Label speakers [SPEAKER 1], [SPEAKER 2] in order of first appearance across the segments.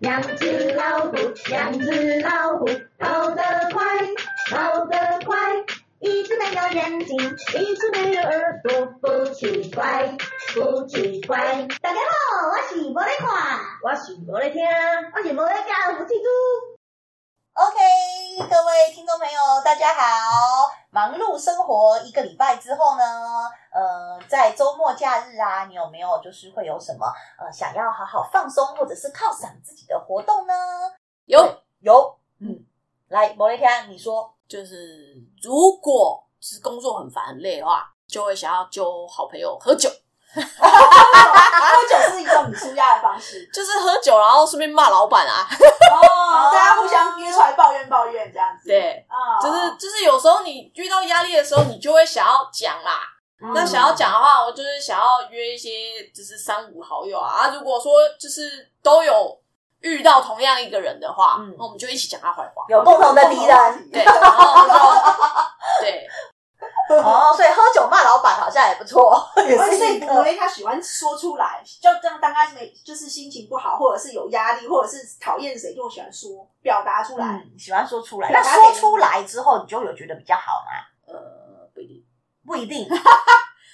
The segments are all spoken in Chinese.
[SPEAKER 1] 两只老虎，两只老虎，跑得快，跑得快。一只没有眼睛，一只没有耳朵，不奇怪，不奇怪。
[SPEAKER 2] 大家好，我是无咧看，
[SPEAKER 1] 我是无咧听，
[SPEAKER 2] 我是无咧教，我是猪。
[SPEAKER 3] OK，各位听众朋友，大家好！忙碌生活一个礼拜之后呢，呃，在周末假日啊，你有没有就是会有什么呃想要好好放松或者是犒赏自己的活动呢？
[SPEAKER 4] 有，
[SPEAKER 3] 有，嗯，来，摩雷天，你说，
[SPEAKER 4] 就是如果是工作很烦很累的话，就会想要揪好朋友喝酒，
[SPEAKER 3] 喝酒是一种很舒压的方式
[SPEAKER 4] 就是喝酒，然后顺便骂老板 啊。
[SPEAKER 3] 哦
[SPEAKER 5] 大家互相约出来抱怨抱怨这样子。
[SPEAKER 4] 对，
[SPEAKER 5] 啊
[SPEAKER 4] 就是就是有时候你遇到压力的时候，你就会想要讲啦。
[SPEAKER 3] 嗯
[SPEAKER 4] 那想要讲的话，我就是想要约一些就是三五好友啊。啊如果说就是都有遇到同样一个人的话，
[SPEAKER 3] 嗯
[SPEAKER 4] 那我们就一起讲他坏话。
[SPEAKER 3] 有共同的敌人
[SPEAKER 4] 对，然后就对，
[SPEAKER 3] 哦，所以喝酒骂老板好像也不错， 也
[SPEAKER 5] 而
[SPEAKER 3] 是一
[SPEAKER 5] 且国
[SPEAKER 3] 个
[SPEAKER 5] 内他喜欢说出来，就当当他每就是心情不好，或者是有压力，或者是讨厌谁，就喜欢说表达出来。
[SPEAKER 3] 嗯，喜欢说出来。
[SPEAKER 5] 表
[SPEAKER 3] 那
[SPEAKER 5] 达
[SPEAKER 3] 说
[SPEAKER 5] 给
[SPEAKER 3] 出来之后，你就有觉得比较好吗？
[SPEAKER 4] 呃，不一定。
[SPEAKER 3] 不一 定，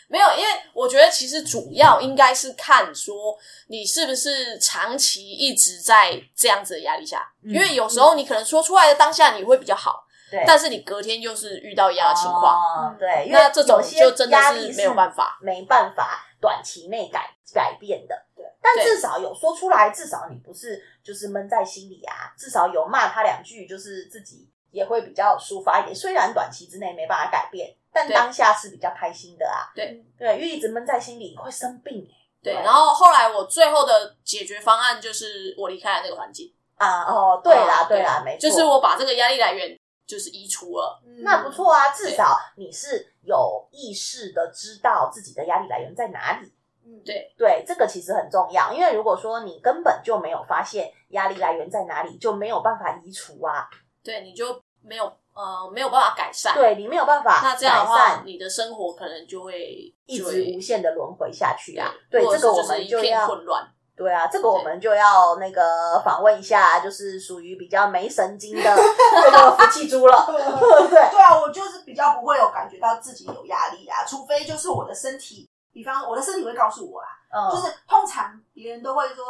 [SPEAKER 4] 没有，因为我觉得其实主要应该是看说你是不是长期一直在这样子的压力下，
[SPEAKER 3] 嗯
[SPEAKER 4] 因为有时候你可能说出来的当下你会比较好，
[SPEAKER 3] 对，
[SPEAKER 4] 但是你隔天又是遇到一样的情况，嗯
[SPEAKER 3] 哦、对，因为
[SPEAKER 4] 那这种
[SPEAKER 3] 有些
[SPEAKER 4] 就真的
[SPEAKER 3] 压力
[SPEAKER 4] 是
[SPEAKER 3] 是
[SPEAKER 4] 没有办法。
[SPEAKER 3] 没办法短期内改改变的。
[SPEAKER 5] 对，
[SPEAKER 3] 但
[SPEAKER 4] 对
[SPEAKER 3] 至少有说出来，至少你不是就是闷在心里啊，至少有骂他两句，就是自己也会比较抒发一点。虽然短期之内没办法改变，但
[SPEAKER 4] 对
[SPEAKER 3] 当下是比较开心的啊。
[SPEAKER 4] 对
[SPEAKER 3] 对，因为一直闷在心里会生病、欸、
[SPEAKER 4] 对，
[SPEAKER 5] 对
[SPEAKER 4] 然后后来我最后的解决方案就是我离开了那个环境。
[SPEAKER 3] 啊。哦，对啦，
[SPEAKER 4] 嗯
[SPEAKER 3] 对啦，没错，
[SPEAKER 4] 就是我把这个压力来源就是移除了。
[SPEAKER 5] 嗯
[SPEAKER 3] 那不。错啊，至少你是有意识的知道自己的压力来源在哪里。
[SPEAKER 5] 嗯，
[SPEAKER 4] 对
[SPEAKER 3] 对，这个其实很重要，因为如果说你根本就没有发现压力来源在哪里，就没有办法移除啊。
[SPEAKER 4] 对，你就没有呃没有办法改善。，
[SPEAKER 3] 对你没有办法
[SPEAKER 4] 那这样
[SPEAKER 3] 改
[SPEAKER 4] 的话，
[SPEAKER 3] 善，
[SPEAKER 4] 你的生活可能就会
[SPEAKER 3] 一
[SPEAKER 4] 就
[SPEAKER 3] 直
[SPEAKER 4] 会
[SPEAKER 3] 无限的轮回下去啊。
[SPEAKER 4] 对
[SPEAKER 3] 对，
[SPEAKER 4] 或者
[SPEAKER 3] 这个
[SPEAKER 4] 是
[SPEAKER 3] 我
[SPEAKER 4] 是
[SPEAKER 3] 们
[SPEAKER 4] 一
[SPEAKER 3] 就
[SPEAKER 4] 片
[SPEAKER 3] 要
[SPEAKER 4] 混乱。
[SPEAKER 3] 对啊，这个我们就要那个访问一下，就是属于比较没神经的这个夫妻猪了， 对不对？
[SPEAKER 5] 对啊，我就是比较不会有感觉到自己有压力啊，除非就是我的身体，比方我的身体会告诉我啦，就
[SPEAKER 3] 嗯，
[SPEAKER 5] 是通常别人都会说，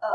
[SPEAKER 5] 呃，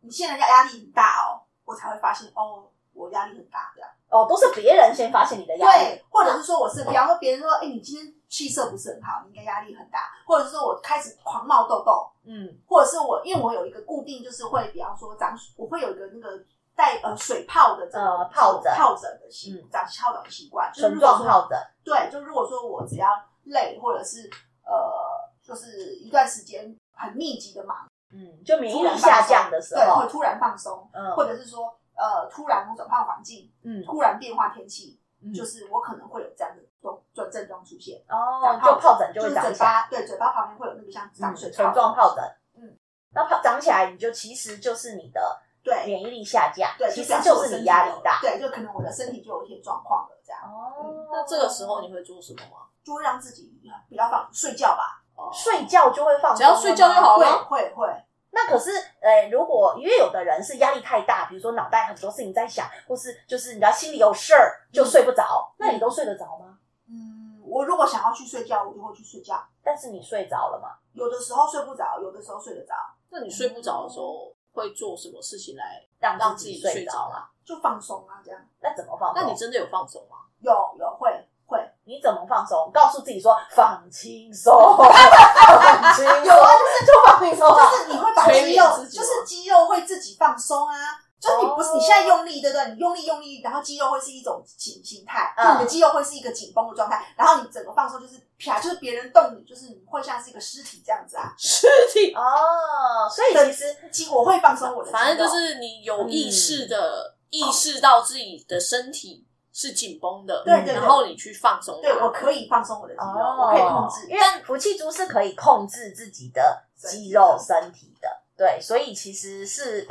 [SPEAKER 5] 你现在压压力很大哦，我才会发现哦，我压力很大这样。
[SPEAKER 3] 哦，都是别人先发现你的压力，嗯
[SPEAKER 5] 对，或者是说我是，比方说别人说，哎、你今天气色不是很好，你应该压力很大，或者是说我开始狂冒痘痘，
[SPEAKER 3] 嗯，
[SPEAKER 5] 或者是我因为我有一个固定就是会，比方说长，我会有一个那个带呃水泡的这个、
[SPEAKER 3] 呃疱疹
[SPEAKER 5] 疱疹的习
[SPEAKER 3] 嗯
[SPEAKER 5] 长疱疹的习惯，就是
[SPEAKER 3] 唇
[SPEAKER 5] 如果
[SPEAKER 3] 状
[SPEAKER 5] 说
[SPEAKER 3] 疱疹，
[SPEAKER 5] 对，就如果说我只要累或者是呃就是一段时间很密集的忙，
[SPEAKER 3] 嗯，就免疫
[SPEAKER 5] 突
[SPEAKER 3] 力
[SPEAKER 5] 然
[SPEAKER 3] 下
[SPEAKER 5] 放松
[SPEAKER 3] 降的时
[SPEAKER 5] 对，
[SPEAKER 3] 候
[SPEAKER 5] 会，突然放松，
[SPEAKER 3] 嗯
[SPEAKER 5] 或者是说呃突然我转换环境，
[SPEAKER 3] 嗯，
[SPEAKER 5] 突然变化天气，
[SPEAKER 3] 嗯
[SPEAKER 5] 就是我可能会有这样的状状症状出现。
[SPEAKER 3] 哦
[SPEAKER 5] 长，
[SPEAKER 3] 就
[SPEAKER 5] 疱
[SPEAKER 3] 疱疹就
[SPEAKER 5] 就
[SPEAKER 3] 会嗯
[SPEAKER 5] 是
[SPEAKER 3] 长
[SPEAKER 5] 嘴
[SPEAKER 3] 起来。
[SPEAKER 5] 巴，对，嘴巴旁边会有那个像长水
[SPEAKER 3] 水唇状疱疹，
[SPEAKER 5] 嗯，
[SPEAKER 3] 那泡长起来，你就其实就是你的
[SPEAKER 5] 对
[SPEAKER 3] 免疫力下降，
[SPEAKER 5] 对，
[SPEAKER 3] 其实
[SPEAKER 5] 表示
[SPEAKER 3] 就
[SPEAKER 5] 我
[SPEAKER 3] 是
[SPEAKER 5] 身
[SPEAKER 3] 你
[SPEAKER 5] 体
[SPEAKER 3] 压力
[SPEAKER 5] 有
[SPEAKER 3] 大。
[SPEAKER 5] 对，就可能我的身体就有一些状况了，这样
[SPEAKER 3] 哦，
[SPEAKER 4] 嗯那这个时候你会做什么吗？
[SPEAKER 5] 就会让自己呃比较放睡觉吧，
[SPEAKER 4] 哦
[SPEAKER 3] 睡觉就会放松，
[SPEAKER 4] 只要睡觉就好
[SPEAKER 5] 会
[SPEAKER 4] 了。
[SPEAKER 5] 会会，
[SPEAKER 3] 那可是，呃，如果因为有的人是压力太大，比如说脑袋很多事情在想，或是就是你知道心里有事儿就睡不着，那你都睡得着吗？
[SPEAKER 5] 嗯，我如果想要去睡觉，我就会去睡觉。
[SPEAKER 3] 但是你睡着了吗？
[SPEAKER 5] 有的时候睡不着，有的时候睡得着，
[SPEAKER 4] 那你睡不着的时候会做什么事情来
[SPEAKER 3] 让
[SPEAKER 4] 让
[SPEAKER 3] 自
[SPEAKER 4] 自己
[SPEAKER 3] 睡
[SPEAKER 4] 睡
[SPEAKER 3] 着
[SPEAKER 4] 着
[SPEAKER 3] 了，
[SPEAKER 4] 啊？
[SPEAKER 5] 就放松啊，这样。
[SPEAKER 3] 那怎么放松？
[SPEAKER 4] 那你真的有放松吗？
[SPEAKER 5] 有有会会，
[SPEAKER 3] 你怎么放松？告诉自己说放轻松，放 轻松，
[SPEAKER 5] 有啊
[SPEAKER 3] 就是就放轻松啊。
[SPEAKER 5] 就是你会把
[SPEAKER 4] 催
[SPEAKER 5] 肌
[SPEAKER 4] 眠
[SPEAKER 5] 肉，
[SPEAKER 4] 自己
[SPEAKER 5] 就
[SPEAKER 4] 吗
[SPEAKER 5] 是肌肉会自己放松啊。就是你不是
[SPEAKER 3] 哦
[SPEAKER 5] 你现在用力，对不对？你用力用力，然后肌肉会是一种紧形态，
[SPEAKER 3] 嗯
[SPEAKER 5] 就你的肌肉会是一个紧绷的状态，然后你整个放松就是啪，就是别人动你，就是你会像是一个尸体这样子啊。
[SPEAKER 4] 尸体，
[SPEAKER 3] 哦，所以其实
[SPEAKER 5] 肌我会放松我的肌肉，
[SPEAKER 4] 反正就是你有
[SPEAKER 5] 嗯
[SPEAKER 4] 意识
[SPEAKER 5] 哦
[SPEAKER 4] 的、意识到自己的身体是紧绷的，
[SPEAKER 5] 对对对
[SPEAKER 4] 然后你去放松它。
[SPEAKER 5] 对我可以放松我的肌肉，
[SPEAKER 3] 哦
[SPEAKER 5] 我可以控制。
[SPEAKER 3] 因为福气猪是可以控制自己的肌肉身体的，对，所以其实是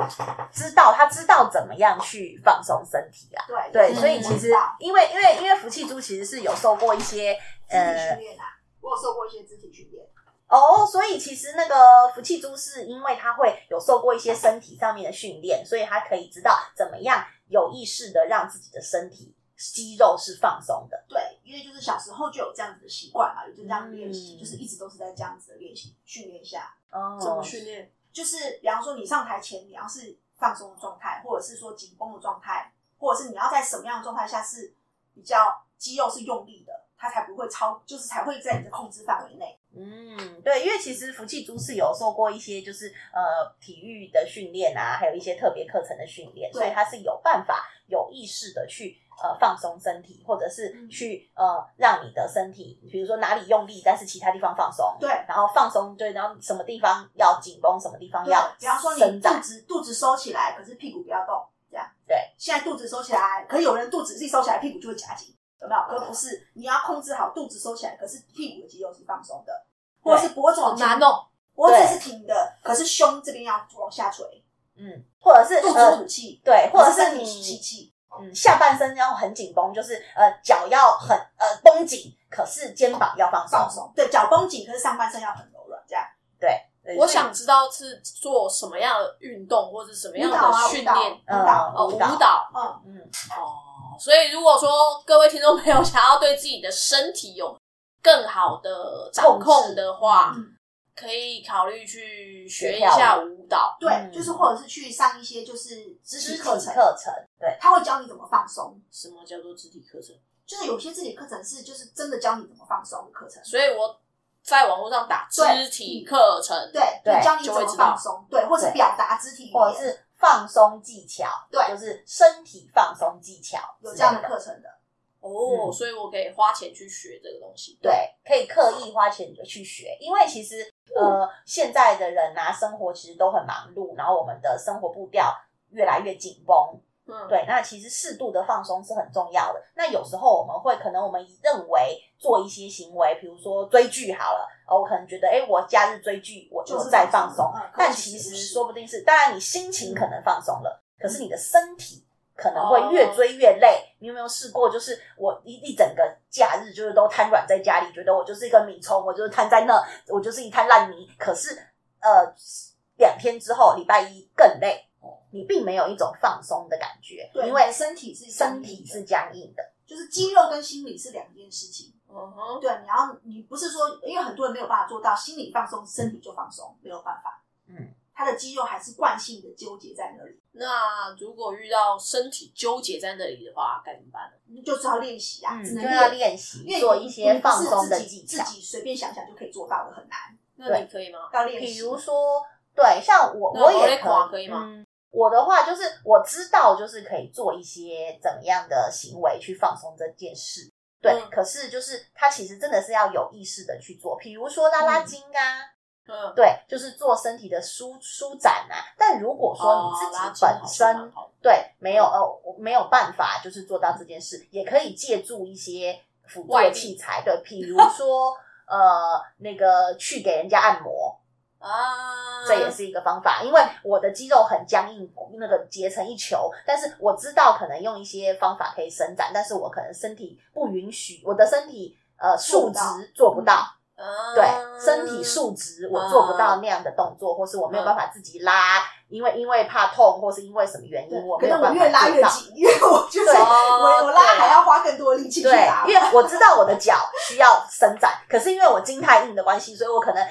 [SPEAKER 3] 知道他知道怎么样去放松身体啊，
[SPEAKER 5] 对
[SPEAKER 3] 对，
[SPEAKER 5] 嗯
[SPEAKER 3] 所以其实因为因为因为福气猪其实是有受过一些
[SPEAKER 5] 肢体
[SPEAKER 3] 呃
[SPEAKER 5] 训练啊，我有受过一些肢体训练，
[SPEAKER 3] 哦，所以其实那个福气猪是因为它会有受过一些身体上面的训练，所以它可以知道怎么样有意识的让自己的身体肌肉是放松的。
[SPEAKER 5] 对，因为就是小时候就有这样子的习惯嘛，就这样练习，
[SPEAKER 3] 嗯
[SPEAKER 5] 就是一直都是在这样子的练习训练下，
[SPEAKER 3] 哦
[SPEAKER 4] 怎么训练？
[SPEAKER 5] 就是比方说你上台前你要是放松的状态，或者是说紧绷的状态，或者是你要在什么样的状态下是比较肌肉是用力的，它才不会超，就是才会在你的控制范围内。
[SPEAKER 3] 嗯，对，因为其实福气猪是有受过一些就是呃体育的训练啊，还有一些特别课程的训练，
[SPEAKER 5] 对
[SPEAKER 3] 所以它是有办法有意识的去呃放松身体，或者是
[SPEAKER 5] 嗯
[SPEAKER 3] 去呃让你的身体，比如说哪里用力，但是其他地方放松，
[SPEAKER 5] 对
[SPEAKER 3] 然后放松对，然后什么地方要紧绷，什么地方
[SPEAKER 5] 对
[SPEAKER 3] 嗯要，
[SPEAKER 5] 比方说
[SPEAKER 3] 伸
[SPEAKER 5] 你
[SPEAKER 3] 展
[SPEAKER 5] 肚，子肚子收起来，可是屁股不要动，这样。
[SPEAKER 3] 对。
[SPEAKER 5] 现在肚子收起来，可是有人肚子一收起来，屁股就会夹紧，有没有？可不是，你要控制好肚子收起来，可是屁股的肌肉是放松的，或者是脖子
[SPEAKER 4] 好
[SPEAKER 5] 往前
[SPEAKER 4] 难哦，
[SPEAKER 5] 脖子是挺的，可是胸这边要往下垂，
[SPEAKER 3] 嗯，或者是
[SPEAKER 5] 肚子
[SPEAKER 3] 呃
[SPEAKER 5] 吐气，
[SPEAKER 3] 对，或者
[SPEAKER 5] 可
[SPEAKER 3] 是
[SPEAKER 5] 身
[SPEAKER 3] 你
[SPEAKER 5] 体吸气，
[SPEAKER 3] 嗯下半身要很紧绷，就是呃脚要很呃绷紧，可是肩膀要放松，
[SPEAKER 5] 放松。对，脚绷紧，可是上半身要很柔软，这样。
[SPEAKER 3] 对。对
[SPEAKER 4] 我想知道是做什么样的运动或者什么样
[SPEAKER 5] 舞蹈啊，
[SPEAKER 4] 的
[SPEAKER 5] 舞
[SPEAKER 4] 训
[SPEAKER 5] 蹈，
[SPEAKER 4] 练
[SPEAKER 5] 舞
[SPEAKER 3] 嗯
[SPEAKER 5] 蹈，
[SPEAKER 4] 哦，
[SPEAKER 3] 舞
[SPEAKER 4] 舞
[SPEAKER 3] 蹈
[SPEAKER 4] 蹈
[SPEAKER 5] 嗯，
[SPEAKER 3] 嗯，
[SPEAKER 4] 哦。所以如果说各位听众朋友想要对自己的身体有更好的掌
[SPEAKER 3] 控制
[SPEAKER 4] 控的话
[SPEAKER 5] 嗯，
[SPEAKER 4] 可以考虑去学一
[SPEAKER 3] 学跳
[SPEAKER 4] 下舞蹈。
[SPEAKER 5] 对，
[SPEAKER 3] 嗯
[SPEAKER 5] 就是或者是去上一些就是肢
[SPEAKER 3] 肢
[SPEAKER 5] 体
[SPEAKER 3] 体
[SPEAKER 5] 课程，
[SPEAKER 3] 课程，对，
[SPEAKER 5] 他会教你怎么放松。
[SPEAKER 4] 什么叫做肢体课程？
[SPEAKER 5] 就是有些肢体课程是就是真的教你怎么放松的课程，
[SPEAKER 4] 所以我在网络上打肢
[SPEAKER 5] 对
[SPEAKER 4] 体课程，
[SPEAKER 5] 对，
[SPEAKER 3] 对
[SPEAKER 5] 就教你
[SPEAKER 4] 就
[SPEAKER 5] 怎
[SPEAKER 4] 会
[SPEAKER 5] 么
[SPEAKER 4] 知道
[SPEAKER 5] 放松，对，或是
[SPEAKER 3] 对
[SPEAKER 5] 表达肢体语
[SPEAKER 3] 或者
[SPEAKER 5] 言，
[SPEAKER 3] 是放松技巧，
[SPEAKER 5] 对
[SPEAKER 3] 就是身体放松技巧
[SPEAKER 5] 有
[SPEAKER 3] 之
[SPEAKER 5] 这样
[SPEAKER 3] 类的，
[SPEAKER 5] 的课程的。
[SPEAKER 4] 哦，
[SPEAKER 3] 嗯
[SPEAKER 4] 所以我可以花钱去学这个东西。
[SPEAKER 3] 对，可以刻意花钱去学，因为其实
[SPEAKER 5] 哦
[SPEAKER 3] 呃，现在的人啊，生活其实都很忙碌，然后我们的生活步调越来越紧绷，
[SPEAKER 4] 嗯，
[SPEAKER 3] 对，那其实适度的放松是很重要的。那有时候我们会可能我们认为做一些行为，比如说追剧好了，哦，我可能觉得，哎、我假日追剧，我
[SPEAKER 5] 就是
[SPEAKER 3] 我在放
[SPEAKER 5] 放松
[SPEAKER 3] 松
[SPEAKER 5] 嗯，
[SPEAKER 3] 但
[SPEAKER 5] 可是
[SPEAKER 3] 其
[SPEAKER 5] 其
[SPEAKER 3] 实
[SPEAKER 5] 实不是嗯
[SPEAKER 3] 说不定是，当然你心情可能放松了，可是你的身体。可能会越
[SPEAKER 4] 哦
[SPEAKER 3] 追越累，你有没有试过？就是我一一整个假日就是都瘫软在家里，觉得我就是一个米虫，我就是瘫在那，我就是一滩烂泥。可是呃，两天之后，礼拜一更累，哦你并没有一种放松的感觉，
[SPEAKER 5] 对，
[SPEAKER 3] 因为
[SPEAKER 5] 你的身体是
[SPEAKER 3] 身体是僵硬的。
[SPEAKER 5] 就是肌肉跟心理是两件事情。
[SPEAKER 4] 嗯哼，
[SPEAKER 5] 对，啊你要你不是说，因为很多人没有办法做到心理放松，身体就放松，没有办法。
[SPEAKER 3] 嗯，
[SPEAKER 5] 他的肌肉还是惯性的纠结在那里，
[SPEAKER 4] 那如果遇到身体纠结在那里的话，该怎么办呢？
[SPEAKER 5] 你就是要练习啊，
[SPEAKER 3] 嗯，
[SPEAKER 5] 只
[SPEAKER 3] 就
[SPEAKER 5] 能
[SPEAKER 3] 要
[SPEAKER 5] 练。
[SPEAKER 3] 练习
[SPEAKER 5] 因为你
[SPEAKER 3] 做一些
[SPEAKER 5] 你不是
[SPEAKER 3] 放松的
[SPEAKER 5] 自己
[SPEAKER 3] 技巧
[SPEAKER 5] 自，己随便想想就可以做到的，很难。
[SPEAKER 4] 那你可以吗？
[SPEAKER 5] 要练习，啊
[SPEAKER 3] 比如说，对，像我
[SPEAKER 4] 那
[SPEAKER 3] 我
[SPEAKER 4] 我
[SPEAKER 3] 也
[SPEAKER 4] 也垮可以吗
[SPEAKER 3] 嗯我的话就是我知道，就是可以做一些怎么样的行为去放松这件事。对，
[SPEAKER 4] 嗯
[SPEAKER 3] 可是就是它其实真的是要有意识的去做，比如说拉拉筋啊，
[SPEAKER 4] 嗯，
[SPEAKER 3] 对，就是做身体的舒舒展啊。但如果说你自
[SPEAKER 4] 哦拉
[SPEAKER 3] 己
[SPEAKER 4] 筋
[SPEAKER 3] 本
[SPEAKER 4] 好像
[SPEAKER 3] 身、
[SPEAKER 4] 蛮好的
[SPEAKER 3] 对没有呃我没有办法，就是做到这件事，也可以借助一些辅助
[SPEAKER 4] 外
[SPEAKER 3] 的
[SPEAKER 4] 力
[SPEAKER 3] 器材，对，比如说呃那个去给人家按摩，
[SPEAKER 4] 啊，
[SPEAKER 5] 嗯
[SPEAKER 3] 这也是一个方法。因为我的肌肉很僵硬，那个结成一球，但是我知道可能用一些方法可以伸展，但是我可能身体不允许，我的身体呃数
[SPEAKER 5] 做不到嗯
[SPEAKER 3] 值做不到。
[SPEAKER 4] 啊
[SPEAKER 3] 对身体数值，我做不到那样的动作，或是我没
[SPEAKER 5] 嗯
[SPEAKER 3] 有办法自己拉，因为因为怕痛，或是因为什么原
[SPEAKER 5] 对
[SPEAKER 3] 因，我
[SPEAKER 5] 可
[SPEAKER 3] 没有
[SPEAKER 5] 能
[SPEAKER 3] 办
[SPEAKER 5] 我
[SPEAKER 3] 法
[SPEAKER 5] 越拉
[SPEAKER 3] 做
[SPEAKER 5] 越
[SPEAKER 3] 到。
[SPEAKER 5] 紧，因为 我就是
[SPEAKER 3] 对哦
[SPEAKER 5] 我我拉
[SPEAKER 4] 哦对
[SPEAKER 5] 还要花更多力气去
[SPEAKER 3] 对
[SPEAKER 5] 拉，，。
[SPEAKER 3] 因为我知道我的脚需要伸展，可是因为我筋太硬的关系，所以我可能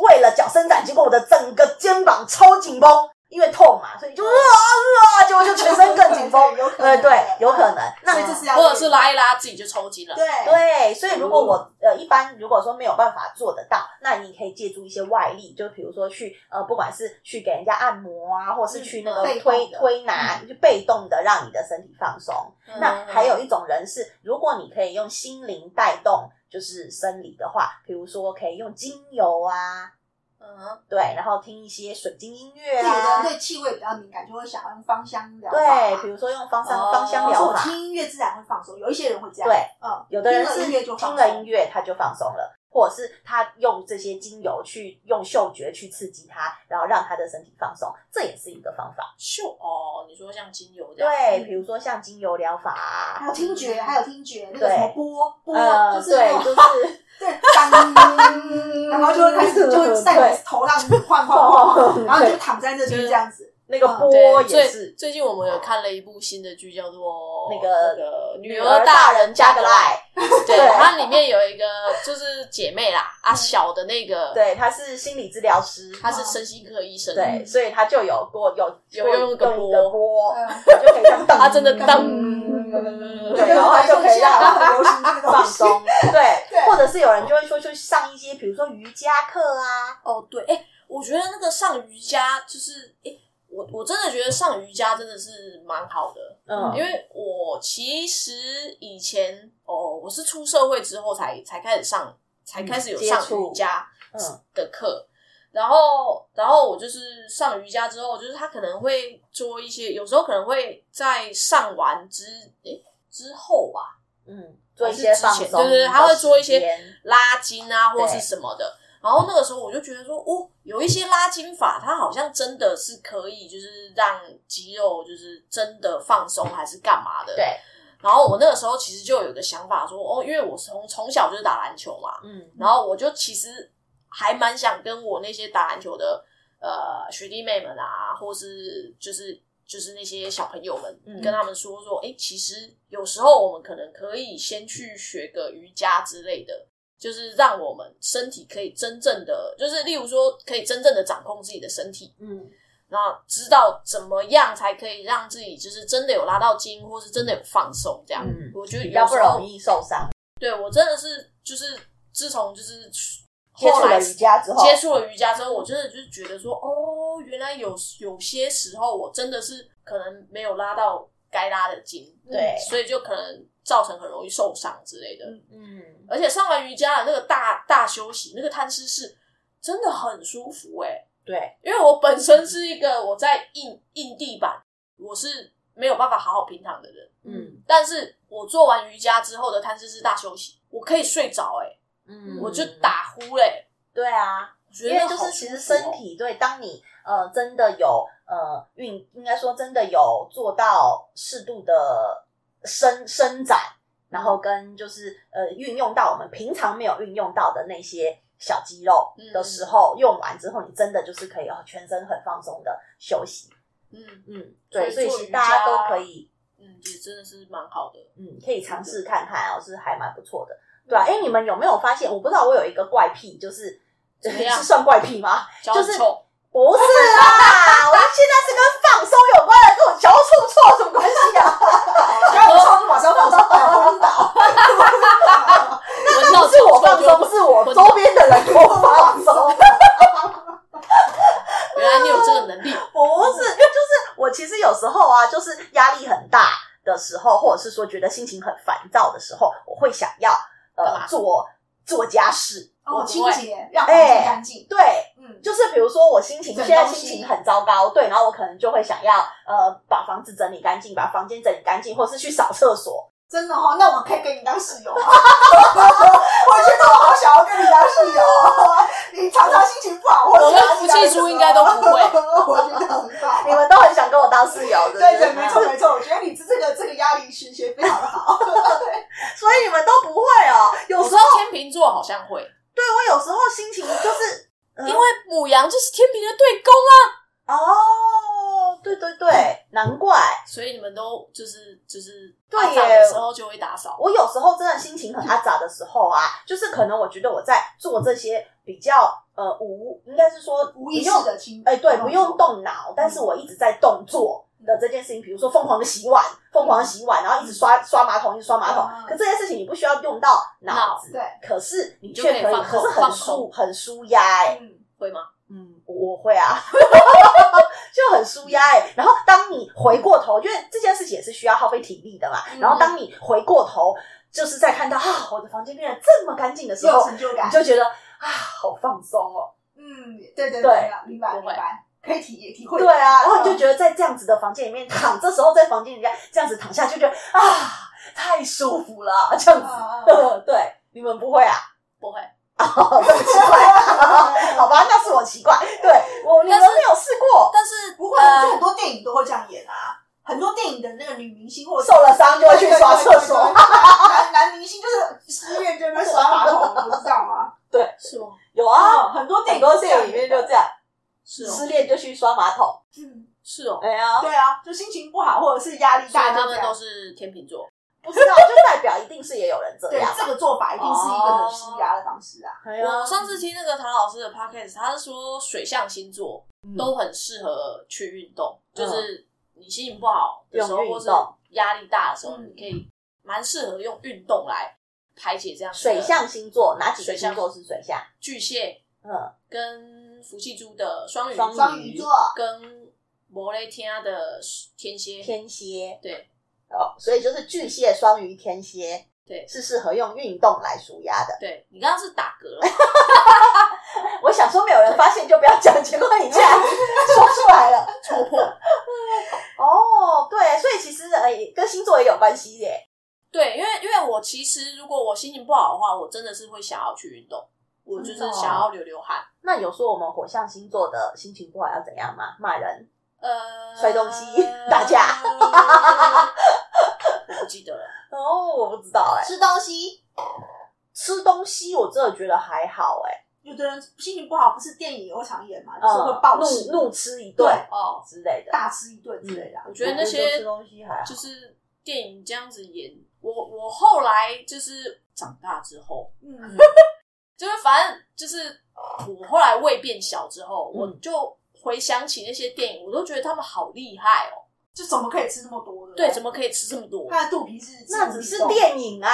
[SPEAKER 3] 为了脚伸展，结果我的整个肩膀超紧绷，因为痛嘛，所以就啊啊，结果就全身更紧绷
[SPEAKER 5] 有可
[SPEAKER 3] 呃，
[SPEAKER 5] 能， 嗯
[SPEAKER 3] 对，有可能。嗯那
[SPEAKER 5] 所以这是要
[SPEAKER 4] 或者是
[SPEAKER 5] 练
[SPEAKER 4] 拉一拉自己就抽筋了。
[SPEAKER 5] 对
[SPEAKER 3] 对，所以如果我呃一般如果说没有办法做得到，那你可以借助一些外力，就比如说去呃不管是去给人家按摩啊，或是去那
[SPEAKER 5] 嗯被
[SPEAKER 3] 个
[SPEAKER 5] 动
[SPEAKER 3] 推
[SPEAKER 5] 的
[SPEAKER 3] 推拿，就被动的让你的身体放松。
[SPEAKER 4] 嗯
[SPEAKER 3] 那还有一种人是，如果你可以用心灵带动就是生理的话，比如说可以用精油啊，
[SPEAKER 4] 嗯，
[SPEAKER 3] 对，然后听一些水晶音乐
[SPEAKER 5] 对，有的人
[SPEAKER 3] 啊，
[SPEAKER 5] 对气味比较敏感，就会想要用芳香疗法啊嘛。
[SPEAKER 3] 对，比如说用芳香
[SPEAKER 4] 哦
[SPEAKER 3] 芳香
[SPEAKER 5] 可是
[SPEAKER 3] 疗
[SPEAKER 5] 我
[SPEAKER 3] 法。
[SPEAKER 5] 听音乐自然会放松，有一些人会这样。
[SPEAKER 3] 对，
[SPEAKER 5] 嗯，
[SPEAKER 3] 有的人
[SPEAKER 5] 听了
[SPEAKER 3] 是
[SPEAKER 5] 音乐就
[SPEAKER 3] 听
[SPEAKER 5] 放
[SPEAKER 3] 了音
[SPEAKER 5] 松。
[SPEAKER 3] 乐他就放松了，或者是他用这些精油去用嗅觉去刺激他，然后让他的身体放松，这也是一个方法。
[SPEAKER 4] 秀哦，你说像精油这样，
[SPEAKER 3] 对，比如说像精油疗法啊，
[SPEAKER 5] 还有听觉，还有听觉，那个什么波波，
[SPEAKER 4] 嗯
[SPEAKER 3] 呃，
[SPEAKER 5] 嗯就是
[SPEAKER 3] 对，
[SPEAKER 5] 那种
[SPEAKER 3] 就是
[SPEAKER 5] 对，当 然后就会开 始就会在你头上晃晃晃，
[SPEAKER 3] 对
[SPEAKER 5] 然后你就躺在那边这样子。
[SPEAKER 3] 那个
[SPEAKER 5] 嗯
[SPEAKER 3] 波
[SPEAKER 4] 对
[SPEAKER 3] 也
[SPEAKER 4] 最
[SPEAKER 3] 是
[SPEAKER 4] 最近我们有看了一部新的剧，叫做
[SPEAKER 3] 那个
[SPEAKER 4] 个女
[SPEAKER 3] 儿
[SPEAKER 4] 儿大
[SPEAKER 3] 人
[SPEAKER 4] 人加
[SPEAKER 3] 个
[SPEAKER 4] 个
[SPEAKER 3] 赖
[SPEAKER 4] 赖，，对，
[SPEAKER 3] 对嗯
[SPEAKER 4] 它里面有一个就是姐妹啦，啊小的那个，，
[SPEAKER 3] 对，他是心理治疗师，
[SPEAKER 4] 她是身心科医生，
[SPEAKER 3] 对，所以他就有过有
[SPEAKER 4] 有
[SPEAKER 3] 过
[SPEAKER 4] 用一个
[SPEAKER 3] 一
[SPEAKER 4] 波
[SPEAKER 3] 个波，
[SPEAKER 5] 嗯
[SPEAKER 3] 我就可以让
[SPEAKER 4] 她真的哦当，
[SPEAKER 3] 嗯对，然后他就可以让
[SPEAKER 5] 现在
[SPEAKER 3] 他
[SPEAKER 5] 很流行这个东西
[SPEAKER 3] 放松，对，
[SPEAKER 5] 对
[SPEAKER 3] 或者是有人就会说去上一些，比如说瑜伽课啊，
[SPEAKER 4] 哦，对，哎、我觉得那个上瑜伽就是，哎、我我真的觉得上瑜伽真的是蛮好的，
[SPEAKER 3] 嗯
[SPEAKER 4] 因为我其实以前哦，我是出社会之后才才开始上，才开始有
[SPEAKER 3] 嗯接
[SPEAKER 4] 上
[SPEAKER 3] 触
[SPEAKER 4] 瑜伽
[SPEAKER 3] 嗯
[SPEAKER 4] 的课。然后，然后我就是上瑜伽之后，就是他可能会做一些，有时候可能会在上完之诶之后吧，
[SPEAKER 3] 嗯，做一些放
[SPEAKER 4] 之前
[SPEAKER 3] 松，
[SPEAKER 4] 对对对他会做一些
[SPEAKER 3] 保持时间
[SPEAKER 4] 拉筋啊，或
[SPEAKER 3] 对
[SPEAKER 4] 是什么的。然后那个时候我就觉得说，哦，有一些拉筋法，它好像真的是可以，就是让肌肉就是真的放松，还是干嘛的。。
[SPEAKER 3] 对，
[SPEAKER 4] 然后我那个时候其实就有个想法说，哦，因为我从从小就是打篮球嘛，
[SPEAKER 3] 嗯
[SPEAKER 4] 然后我就其实还蛮想跟我那些打篮球的呃学弟妹们啊，或是就是就是那些小朋友们，
[SPEAKER 3] 嗯
[SPEAKER 4] 跟他们说说，哎、其实有时候我们可能可以先去学个瑜伽之类的，就是让我们身体可以真正的，就是例如说可以真正的掌控自己的身体，
[SPEAKER 3] 嗯，
[SPEAKER 4] 然后知道怎么样才可以让自己就是真的有拉到筋，或是真的有放松这样。
[SPEAKER 3] 嗯
[SPEAKER 4] 我觉得
[SPEAKER 3] 比
[SPEAKER 4] 有
[SPEAKER 3] 较不
[SPEAKER 4] 时候
[SPEAKER 3] 容易受伤。
[SPEAKER 4] 对我真的是就是自从就是
[SPEAKER 3] 接触
[SPEAKER 4] 后来
[SPEAKER 3] 了瑜伽之后，
[SPEAKER 4] 接触了瑜伽之后，我真的就是觉得说，哦，原来有有些时候我真的是可能没有拉到该拉的筋，
[SPEAKER 3] 对啊
[SPEAKER 4] 所以就可能造成很容易受伤之类的。
[SPEAKER 3] 嗯，
[SPEAKER 4] 而且上完瑜伽的那个大大休息，那个贪吃式真的很舒服诶、
[SPEAKER 3] 对，
[SPEAKER 4] 因为我本身是一个我在硬硬地板，我是没有办法好好平躺的人，
[SPEAKER 3] 嗯
[SPEAKER 4] 但是我做完瑜伽之后的贪吃式大休息，我可以睡着诶、
[SPEAKER 3] 嗯
[SPEAKER 4] 我就，打呼嘞、欸
[SPEAKER 3] 对啊，
[SPEAKER 4] 我觉
[SPEAKER 3] 因
[SPEAKER 4] 得
[SPEAKER 3] 为
[SPEAKER 4] 那
[SPEAKER 3] 就
[SPEAKER 4] 好
[SPEAKER 3] 是其实
[SPEAKER 4] 舒服哦
[SPEAKER 3] 身体对，当你呃真的有呃运，应该说真的有做到适度的伸伸展，然后跟就是呃运用到我们平常没有运用到的那些小肌肉
[SPEAKER 4] 嗯
[SPEAKER 3] 的时候，用完之后，你真的就是可以哦全身很放松的休息。
[SPEAKER 4] 嗯
[SPEAKER 3] 嗯，对，所
[SPEAKER 4] 所以
[SPEAKER 3] 以
[SPEAKER 4] 做
[SPEAKER 3] 其实
[SPEAKER 4] 瑜
[SPEAKER 3] 大家都
[SPEAKER 4] 伽
[SPEAKER 3] 可以
[SPEAKER 4] 嗯，也真的是蛮好的。
[SPEAKER 3] 嗯，可以尝试看看哦，是还蛮不错
[SPEAKER 4] 嗯
[SPEAKER 3] 的。对啊，哎、你们有没有发现？我不知道我有一个怪癖，就是
[SPEAKER 4] 怎么样
[SPEAKER 3] 是算怪癖吗？
[SPEAKER 4] 脚
[SPEAKER 3] 就是
[SPEAKER 4] 很 臭，
[SPEAKER 3] 不是 啦，我现在是跟放松有关的，跟我脚臭臭有什么关系 啊？
[SPEAKER 5] 然后我上次马上放
[SPEAKER 4] 哦
[SPEAKER 5] 松，昏倒。
[SPEAKER 4] 闻到
[SPEAKER 3] 不是我
[SPEAKER 4] 脚
[SPEAKER 3] 放
[SPEAKER 4] 臭就
[SPEAKER 3] 松，是我
[SPEAKER 4] 闻
[SPEAKER 3] 周边的人给我放松。
[SPEAKER 4] 原来你有这 个能力，
[SPEAKER 3] 不是，就是我其实有时候啊，就是压力很大的时候，或者是说觉得心情很烦躁的时候，我会想要
[SPEAKER 4] 干
[SPEAKER 3] 呃
[SPEAKER 4] 嘛
[SPEAKER 3] 做做家事。
[SPEAKER 5] 哦，
[SPEAKER 4] 我
[SPEAKER 5] 清
[SPEAKER 4] 不会哎
[SPEAKER 5] 洁，让环境干净。
[SPEAKER 3] 对，
[SPEAKER 5] 嗯，
[SPEAKER 3] 就是比如说我心情
[SPEAKER 5] 整
[SPEAKER 3] 现在
[SPEAKER 5] 东西
[SPEAKER 3] 心情很糟糕，对，然后我可能就会想要呃把房子整理干净，把房间整理干净，或是去扫厕所。
[SPEAKER 5] 真的哦，那我可以跟你当室友吗？ 我觉得我好想要跟你当室友 哦。你常常心情不好，或者
[SPEAKER 4] 我跟福气叔应该都不会 哎
[SPEAKER 5] 我觉得很好。
[SPEAKER 3] 你们都很想跟我当室友，对不
[SPEAKER 5] 对
[SPEAKER 3] 对？
[SPEAKER 5] 对，没错没错，我觉得你这个这个压力宣泄非常的好。
[SPEAKER 3] 所以你们都不会哦。有
[SPEAKER 4] 我
[SPEAKER 3] 时
[SPEAKER 4] 知
[SPEAKER 3] 候
[SPEAKER 4] 道天秤座好像会，
[SPEAKER 3] 我有时候心情就是嗯
[SPEAKER 4] 因为母羊就是天平的对宫啊，
[SPEAKER 3] 哦，对对对，难怪
[SPEAKER 4] 所以你们都就是就是
[SPEAKER 3] 对
[SPEAKER 4] 打扫
[SPEAKER 3] 耶
[SPEAKER 4] 的时候就会打扫。
[SPEAKER 3] 我有时候真的心情很阿杂的时候啊，就是可能我觉得我在做这些比较呃无，应该是说
[SPEAKER 5] 无意识
[SPEAKER 3] 不用
[SPEAKER 5] 的嗯清，
[SPEAKER 3] 哎，对，不用。动脑，但是我一直在动作的这件事情，比如说疯狂的洗碗，疯狂的洗碗，然后一直刷刷马桶，一直刷马桶
[SPEAKER 5] 嗯。
[SPEAKER 3] 可这件事情你不需要用到脑子，
[SPEAKER 5] 对，
[SPEAKER 3] 可是你
[SPEAKER 4] 就
[SPEAKER 3] 却
[SPEAKER 4] 可以
[SPEAKER 3] 可以，
[SPEAKER 4] 放
[SPEAKER 3] 可是
[SPEAKER 4] 空
[SPEAKER 3] 很
[SPEAKER 4] 放
[SPEAKER 3] 舒
[SPEAKER 4] 空
[SPEAKER 3] 很舒压哎。
[SPEAKER 5] 嗯，
[SPEAKER 4] 会吗？
[SPEAKER 3] 嗯，我会啊， 就很舒压
[SPEAKER 5] 嗯
[SPEAKER 3] 哎。然后当你回过头，因为这件事情也是需要耗费体力的嘛。
[SPEAKER 5] 嗯
[SPEAKER 3] 然后当你回过头，就是在看到啊，我的房间变得这么干净的时
[SPEAKER 5] 是有
[SPEAKER 3] 候，
[SPEAKER 5] 成就
[SPEAKER 3] 你
[SPEAKER 5] 感。
[SPEAKER 3] 就觉得啊，好放松哦。
[SPEAKER 5] 嗯，对对
[SPEAKER 3] 对
[SPEAKER 5] 对，明白
[SPEAKER 4] 不
[SPEAKER 5] 明
[SPEAKER 4] 会
[SPEAKER 5] 白，可以体体会。
[SPEAKER 3] 对啊，然后你就觉得在这样子的房间里面 躺，这时候在房间里面这样子躺下，就觉得啊，太舒服了，这样
[SPEAKER 5] 嗯
[SPEAKER 3] 子。
[SPEAKER 5] 嗯嗯
[SPEAKER 3] 对，你们不会啊？
[SPEAKER 4] 不会，
[SPEAKER 3] 啊，哦，这么奇 怪，好吧，那是我奇怪。对我，你们
[SPEAKER 4] 但
[SPEAKER 3] 没
[SPEAKER 4] 是
[SPEAKER 3] 有试过，
[SPEAKER 4] 但是
[SPEAKER 5] 不会，我觉得
[SPEAKER 4] 呃
[SPEAKER 5] 很多电影都会这样演啊。很多电影的 那个女明星或者
[SPEAKER 3] 受了伤就会去刷厕所，
[SPEAKER 5] 对对对对男男明星就是失恋就在那边刷马桶，你不知道吗？
[SPEAKER 4] 是吗？
[SPEAKER 3] 有啊，
[SPEAKER 5] 嗯很多
[SPEAKER 3] 很
[SPEAKER 5] 电影
[SPEAKER 3] 多
[SPEAKER 5] 都这
[SPEAKER 3] 电
[SPEAKER 5] 样
[SPEAKER 3] 影里面
[SPEAKER 5] 演
[SPEAKER 3] 就
[SPEAKER 5] 的
[SPEAKER 3] 这样，
[SPEAKER 4] 是
[SPEAKER 3] 失
[SPEAKER 4] 哦，
[SPEAKER 3] 恋就去刷马桶。
[SPEAKER 5] 嗯
[SPEAKER 4] 是哦，
[SPEAKER 3] 哎呀，
[SPEAKER 5] 对啊，就心情不好或者是压
[SPEAKER 3] 哎
[SPEAKER 5] 力
[SPEAKER 4] 所以
[SPEAKER 5] 大，
[SPEAKER 4] 他
[SPEAKER 5] 就这
[SPEAKER 4] 们
[SPEAKER 5] 样
[SPEAKER 4] 都是天秤座。
[SPEAKER 3] 不知道就代表一定是也有人这
[SPEAKER 5] 对
[SPEAKER 3] 样。
[SPEAKER 5] 这个做法一定是一个很舒压的方式啊。
[SPEAKER 3] 哎
[SPEAKER 4] 我上次听那个唐老师的 podcast，他是说水象星座
[SPEAKER 3] 嗯
[SPEAKER 4] 都很适合去运动，就是你心情不好的时候，
[SPEAKER 3] 用运动
[SPEAKER 4] 或是压力大的时候，
[SPEAKER 5] 嗯
[SPEAKER 4] 你可以蛮适合用运动来排解这样子的
[SPEAKER 3] 水象星座哪几个
[SPEAKER 4] 水象
[SPEAKER 3] 星座是水象？
[SPEAKER 4] 巨蟹
[SPEAKER 3] 嗯，
[SPEAKER 4] 跟福气猪的双鱼，
[SPEAKER 3] 双鱼
[SPEAKER 5] 双鱼座
[SPEAKER 4] 跟摩雷天啊的天蝎，
[SPEAKER 3] 天蝎
[SPEAKER 4] 对
[SPEAKER 3] 哦，所以就是巨蟹、双鱼、天蝎，
[SPEAKER 4] 对
[SPEAKER 3] 是适合用运动来舒压 的。
[SPEAKER 4] 对你刚刚是打嗝了，
[SPEAKER 3] 我想说没有人发现就不要讲，结果你竟然说出来了，戳破。 哦，对，所以其实呃，也跟星座也有关系耶。
[SPEAKER 4] 对，因为因为我其实如果我心情不好的话，我真的是会想要去运动，我就是
[SPEAKER 3] 真的哦
[SPEAKER 4] 想要流流汗，
[SPEAKER 3] 那有说我们火象星座的心情不好要怎样吗？骂人？
[SPEAKER 4] 呃，
[SPEAKER 3] 摔东西 打架
[SPEAKER 4] 我不记得了，
[SPEAKER 3] 哦，我不知道哎。
[SPEAKER 5] 吃东西，
[SPEAKER 3] 吃东西我真的觉得还好哎。
[SPEAKER 5] 有的人心情不好，不是电影也会常演嘛，就是会暴
[SPEAKER 3] 怒
[SPEAKER 5] 食、
[SPEAKER 3] 嗯怒吃一
[SPEAKER 5] 对
[SPEAKER 3] 顿
[SPEAKER 4] 哦，
[SPEAKER 3] 之类的。
[SPEAKER 5] 大吃一顿之类的啊。
[SPEAKER 4] 我觉得那
[SPEAKER 3] 我觉
[SPEAKER 4] 些
[SPEAKER 3] 得吃东西还好
[SPEAKER 4] 就是电影这样子演，我我后来就是长大之后，
[SPEAKER 5] 嗯，
[SPEAKER 4] 就是反正就是我后来胃变小之后，
[SPEAKER 3] 嗯
[SPEAKER 4] 我就回想起那些电影，我都觉得他们好厉害哦。
[SPEAKER 5] 就怎么可以吃那么多的？
[SPEAKER 4] 对，怎么可以吃这么多？
[SPEAKER 5] 他的肚皮是
[SPEAKER 3] 那只是
[SPEAKER 5] 电，
[SPEAKER 3] 电影啊，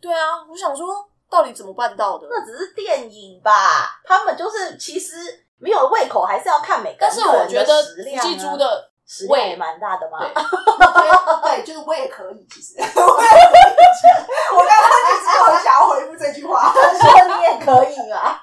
[SPEAKER 4] 对啊，我想说到底怎么办到的？
[SPEAKER 3] 那只是电影吧。他们就是其实没有胃口，还是要看每个
[SPEAKER 4] 但
[SPEAKER 3] 人
[SPEAKER 4] 是我觉得
[SPEAKER 3] 食
[SPEAKER 4] 福
[SPEAKER 3] 量、啊。
[SPEAKER 4] 记猪的
[SPEAKER 3] 食量
[SPEAKER 4] 胃
[SPEAKER 3] 也蛮大的嘛。
[SPEAKER 4] 对
[SPEAKER 5] 对，就是我也可以，其实 我也可以。我刚刚一直有想要回复这句话，
[SPEAKER 3] 说 你也可以嘛，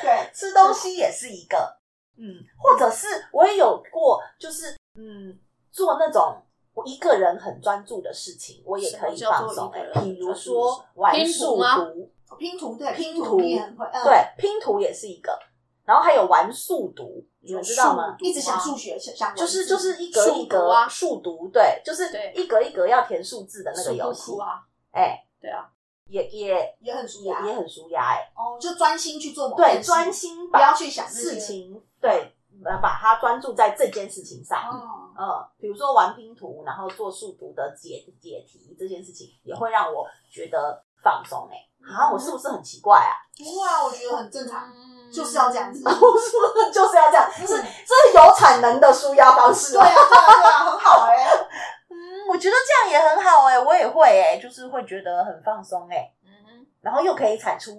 [SPEAKER 5] 对，
[SPEAKER 3] 吃
[SPEAKER 4] 嗯
[SPEAKER 3] 东西也是一个，嗯，或者是我也有过，就是嗯，做那种。我一个人很专注的事情，我也可以
[SPEAKER 4] 什么叫
[SPEAKER 3] 放
[SPEAKER 4] 做
[SPEAKER 3] 松、
[SPEAKER 4] 一个
[SPEAKER 3] 欸
[SPEAKER 4] 人。
[SPEAKER 3] 比如
[SPEAKER 4] 很专注的事
[SPEAKER 3] 说玩
[SPEAKER 4] 拼图
[SPEAKER 3] 数
[SPEAKER 4] 吗
[SPEAKER 3] 独，
[SPEAKER 5] 拼图对
[SPEAKER 3] 拼
[SPEAKER 5] 拼
[SPEAKER 3] 图
[SPEAKER 5] 你也很会，嗯，
[SPEAKER 3] 对，拼图也是一个，然后还有玩数独，你们知道吗？
[SPEAKER 5] 一直想数学，想想
[SPEAKER 3] 就是
[SPEAKER 5] 文字
[SPEAKER 3] 就是一格一
[SPEAKER 4] 数独
[SPEAKER 3] 格
[SPEAKER 4] 啊
[SPEAKER 3] 数独，对，就是
[SPEAKER 4] 对
[SPEAKER 3] 一格一格要填数字的那个
[SPEAKER 4] 数
[SPEAKER 3] 游
[SPEAKER 4] 不
[SPEAKER 3] 戏
[SPEAKER 4] 出，啊，
[SPEAKER 3] 哎，
[SPEAKER 4] 对啊，
[SPEAKER 3] 也也
[SPEAKER 5] 也很舒
[SPEAKER 3] 也
[SPEAKER 5] 压
[SPEAKER 3] 也很舒压，哎，
[SPEAKER 5] 哦，就专心去做某
[SPEAKER 3] 对，
[SPEAKER 5] 件事，
[SPEAKER 3] 专心
[SPEAKER 5] 不要
[SPEAKER 3] 把
[SPEAKER 5] 去想这些
[SPEAKER 3] 事。情，对，呃把它专注在这件事情上。
[SPEAKER 5] 哦，
[SPEAKER 3] 嗯，比如说玩拼图，然后做数独的解解题这件事情，也会让我觉得放松哎、啊，我是不是很奇怪啊？
[SPEAKER 5] 不会啊，我觉得很正常，
[SPEAKER 4] 嗯
[SPEAKER 5] 就是要这样 子。
[SPEAKER 3] 我是不是就是要这样？是这是有产能的舒压方式
[SPEAKER 5] 对啊，对啊，对啊，很好哎。
[SPEAKER 3] 嗯，我觉得这样也很好哎、我也会哎、就是会觉得很放松哎、
[SPEAKER 4] 嗯哼，
[SPEAKER 3] 然后又可以产出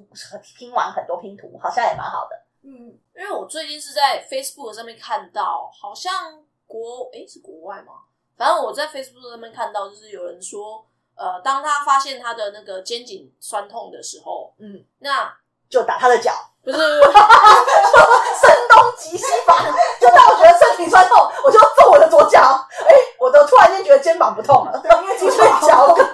[SPEAKER 3] 拼完很多拼图，好像也蛮好的。
[SPEAKER 5] 嗯，
[SPEAKER 4] 因为我最近是在 Facebook 上面看到，好像国诶、是国外吗？反正我在 Facebook 上面看到，就是有人说，呃，当他发现他的那个肩颈酸痛的时候，
[SPEAKER 3] 嗯，
[SPEAKER 4] 那
[SPEAKER 3] 就打他的脚，
[SPEAKER 4] 不是不是
[SPEAKER 3] 声东击西法，就让我觉得身体酸痛，我就揍我的左脚。哎、我都突然间觉得肩膀不痛 了，
[SPEAKER 5] 对，因为
[SPEAKER 3] 因
[SPEAKER 5] 左
[SPEAKER 3] 为脚
[SPEAKER 5] 脚
[SPEAKER 3] 跟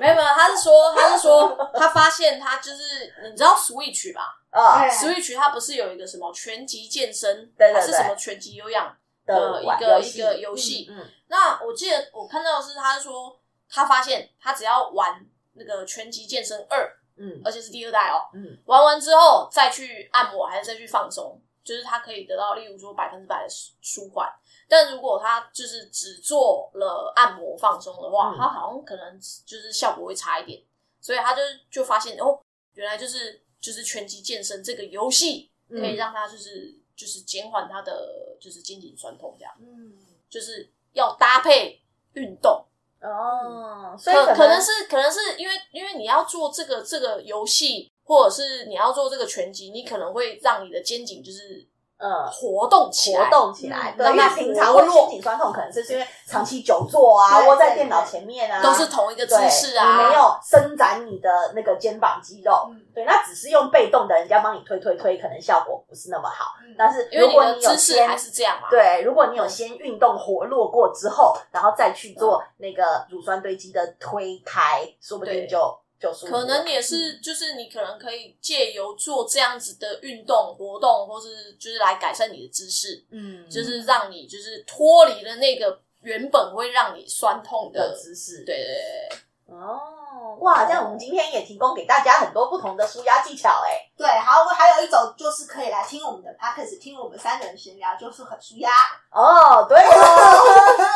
[SPEAKER 4] 没有没有，他是说他是说他发现他就是你知道 Switch 吧
[SPEAKER 3] 啊
[SPEAKER 5] 对
[SPEAKER 4] ？Switch 它不是有一个什么拳击健身，
[SPEAKER 3] 对对对
[SPEAKER 4] 还是什么拳击有氧
[SPEAKER 3] 的
[SPEAKER 4] 呃一
[SPEAKER 3] 玩
[SPEAKER 4] 个
[SPEAKER 3] 游
[SPEAKER 4] 一
[SPEAKER 3] 戏
[SPEAKER 4] 个游戏？
[SPEAKER 3] 嗯，
[SPEAKER 4] 那我记得我看到的是他说他发现他只要玩那个拳击健身二。
[SPEAKER 3] 嗯
[SPEAKER 4] 而且是第二代哦。
[SPEAKER 3] 嗯，
[SPEAKER 4] 玩完之后再去按摩，还是再去放松，就是它可以得到，例如说百分之百的舒舒缓。但如果他就是只做了按摩放松的话
[SPEAKER 3] 嗯，
[SPEAKER 4] 他好像可能就是效果会差一点，所以他就就发现哦，原来就是就是拳击健身这个游戏
[SPEAKER 3] 嗯
[SPEAKER 4] 可以让他就是就是减缓他的就是肩颈酸痛，这样
[SPEAKER 5] 嗯，
[SPEAKER 4] 就是要搭配运动。
[SPEAKER 3] 哦，所以
[SPEAKER 4] 可
[SPEAKER 3] 可
[SPEAKER 4] 可能是可能是因为因为你要做这个这个游戏，或者是你要做这个拳击，你可能会让你的肩颈就是
[SPEAKER 3] 嗯。
[SPEAKER 4] 活动起来，
[SPEAKER 3] 活动起来，
[SPEAKER 5] 嗯
[SPEAKER 3] 对，
[SPEAKER 4] 让
[SPEAKER 3] 因为
[SPEAKER 4] 它
[SPEAKER 3] 平
[SPEAKER 4] 活
[SPEAKER 3] 常会
[SPEAKER 4] 络
[SPEAKER 3] 肩颈酸痛，可能是因为长期久坐啊，
[SPEAKER 5] 对
[SPEAKER 3] 窝在
[SPEAKER 5] 对
[SPEAKER 3] 电脑
[SPEAKER 5] 对
[SPEAKER 3] 前面啊，
[SPEAKER 4] 都是同一个姿
[SPEAKER 3] 对
[SPEAKER 4] 势啊，
[SPEAKER 3] 你没有伸展你的那个肩膀肌肉，
[SPEAKER 5] 嗯
[SPEAKER 3] 对，那只是用被动的人家帮你推推推，可能效果不是那么好。
[SPEAKER 5] 嗯
[SPEAKER 3] 但是
[SPEAKER 4] 因为
[SPEAKER 3] 如
[SPEAKER 4] 你
[SPEAKER 3] 果
[SPEAKER 4] 的
[SPEAKER 3] 你有
[SPEAKER 4] 姿势
[SPEAKER 3] 先
[SPEAKER 4] 还是这样嘛，
[SPEAKER 3] 对，如果你有先运动活络过之后，然后再去做那个乳酸堆积的推开，说不定
[SPEAKER 4] 对
[SPEAKER 3] 就就舒服了。
[SPEAKER 4] 可能也是，
[SPEAKER 3] 嗯
[SPEAKER 4] 就是你可能可以借由做这样子的运动活动，或是就是来改善你的姿势，
[SPEAKER 3] 嗯，
[SPEAKER 4] 就是让你就是脱离了那个原本会让你酸痛
[SPEAKER 3] 的
[SPEAKER 4] 的。
[SPEAKER 3] 姿势。
[SPEAKER 4] 对对对，对
[SPEAKER 3] 哦，哇，这样我们今天也提供给大家很多不同的舒压技巧、哎，
[SPEAKER 5] 对，好，还有一种就是可以来听我们的 podcast，听我们三个人闲聊，就是很舒压。
[SPEAKER 3] 哦，对哦，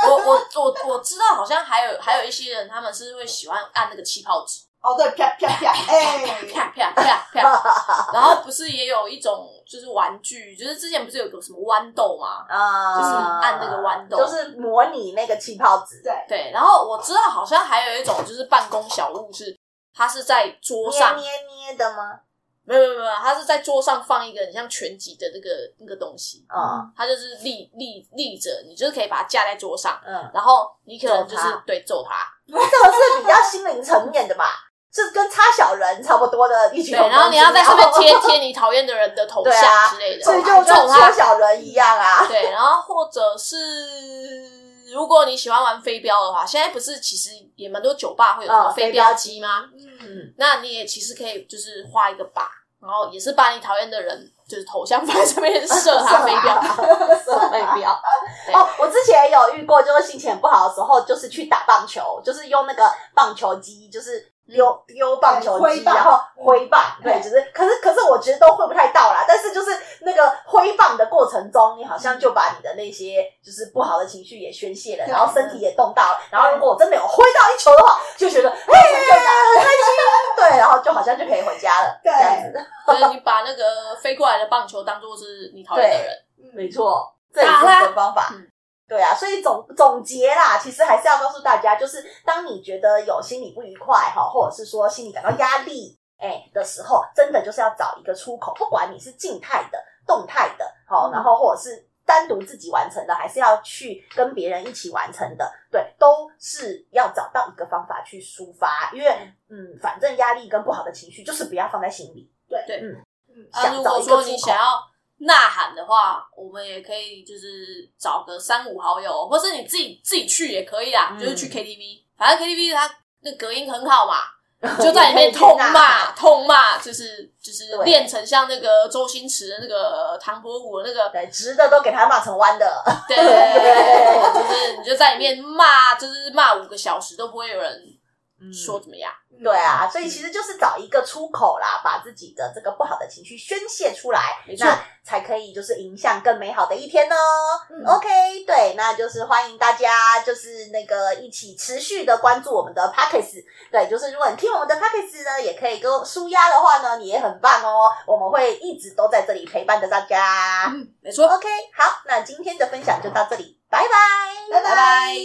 [SPEAKER 4] 我我我我知道，好像还有还有一些人，他们是会喜欢按那个气泡纸，
[SPEAKER 5] 哦，对，啪啪啪，哎、
[SPEAKER 4] 啪啪啪啪。然后不是也有一种就是玩具，就是之前不是有个什么豌豆吗？
[SPEAKER 3] 啊
[SPEAKER 4] 就是按那个豌豆
[SPEAKER 3] 就是模拟那个气泡纸，
[SPEAKER 5] 对，
[SPEAKER 4] 对，然后我知道好像还有一种就是办公小物是，它是在桌
[SPEAKER 3] 捏
[SPEAKER 4] 上，
[SPEAKER 3] 捏捏的吗？
[SPEAKER 4] 没有没有没有，它是在桌上放一个很像拳击的那个那个东西，
[SPEAKER 3] 嗯
[SPEAKER 4] 它就是立立立着，你就是可以把它架在桌上，
[SPEAKER 3] 嗯，
[SPEAKER 4] 然后你可能就
[SPEAKER 3] 揍
[SPEAKER 4] 是
[SPEAKER 3] 它
[SPEAKER 4] 对揍它，
[SPEAKER 3] 这个是比较心灵层面的吧，是跟擦小人差不多的一起
[SPEAKER 4] 对，
[SPEAKER 3] 动作。
[SPEAKER 4] 然后你要在上面贴贴你讨厌的人的头
[SPEAKER 3] 对
[SPEAKER 4] 像
[SPEAKER 3] 啊
[SPEAKER 4] 之类的，
[SPEAKER 3] 所以就跟
[SPEAKER 4] 揍
[SPEAKER 5] 啊
[SPEAKER 3] 搓
[SPEAKER 4] 它，
[SPEAKER 3] 小人一样 啊。
[SPEAKER 4] 对，然后或者是如果你喜欢玩飞镖的话，现在不是其实也蛮多酒吧会有什么
[SPEAKER 3] 嗯
[SPEAKER 4] 飞
[SPEAKER 3] 飞镖
[SPEAKER 4] 镖机吗？
[SPEAKER 5] 嗯，
[SPEAKER 4] 那你也其实可以就是画一个靶，然后也是把你讨厌的人就是头像 放在上面射他飞镖， 射飞镖。对
[SPEAKER 3] 哦，我之前有遇过，就是心情很不好的时候，就是去打棒球，就是用那个棒球机，就是丢丢棒球
[SPEAKER 5] 哎挥
[SPEAKER 3] 机，
[SPEAKER 5] 棒
[SPEAKER 3] 然后挥棒，对，
[SPEAKER 5] 对
[SPEAKER 3] 就是，可是可是我其实都挥不太到啦，但是就是那个挥棒的过程中，你好像就把你的那些就是不好的情绪也宣泄了，
[SPEAKER 5] 对
[SPEAKER 3] 然后身体也动到了，然后如果我真的有挥到一球的话，就觉得哎，很开心，对，然后就好像就可以回家了，
[SPEAKER 5] 对
[SPEAKER 3] 这样子，
[SPEAKER 4] 就是你把那个飞过来的棒球当做是你讨厌的人，
[SPEAKER 3] 没错，这也是一种方法
[SPEAKER 4] 嗯。
[SPEAKER 3] 对啊，所以总总结啦，其实还是要告诉大家，就是当你觉得有心理不愉快哈，或者是说心里感到压力哎、的时候，真的就是要找一个出口，不管你是静态的、动态的，好，
[SPEAKER 5] 嗯
[SPEAKER 3] 然后或者是单独自己完成的，还是要去跟别人一起完成的，对，都是要找到一个方法去抒发，因为嗯，反正压力跟不好的情绪就是不要放在心里，
[SPEAKER 5] 嗯
[SPEAKER 4] 啊，如
[SPEAKER 3] 想找
[SPEAKER 4] 果
[SPEAKER 3] 一个
[SPEAKER 4] 说
[SPEAKER 3] 出
[SPEAKER 4] 你
[SPEAKER 3] 口
[SPEAKER 4] 想。要呐喊的话，我们也可以就是找个三五好友，或是你自己自己去也可以啦，
[SPEAKER 3] 嗯
[SPEAKER 4] 就是去 KTV，反正 KTV 它那隔音很好嘛。就在里 面痛
[SPEAKER 3] 也可以啊呐
[SPEAKER 4] 骂
[SPEAKER 3] 喊
[SPEAKER 4] 痛骂，就是就是
[SPEAKER 3] 对
[SPEAKER 4] 练成像那个周星驰的那个唐伯虎的那个
[SPEAKER 3] 对，直的都给他骂成弯的，
[SPEAKER 4] 对，就是你就在里面骂，就是骂五个小时都不会有人说怎么样。
[SPEAKER 3] 对啊，所以其实就是找一个出口啦，把自己的这个不好的情绪宣泄出来
[SPEAKER 4] 没，错
[SPEAKER 3] 那才可以就是迎向更美好的一天哦。
[SPEAKER 5] 嗯
[SPEAKER 3] OK，对，那就是欢迎大家就是那个一起持续的关注我们的 p a c k a g e 对，就是如果你听我们的 p a c k a g e 呢，也可以跟舒压的话呢，你也很棒哦。我们会一直都在这里陪伴着大家。
[SPEAKER 4] 没错，
[SPEAKER 3] OK，好，那今天的分享就到这里，拜拜，
[SPEAKER 5] 拜拜。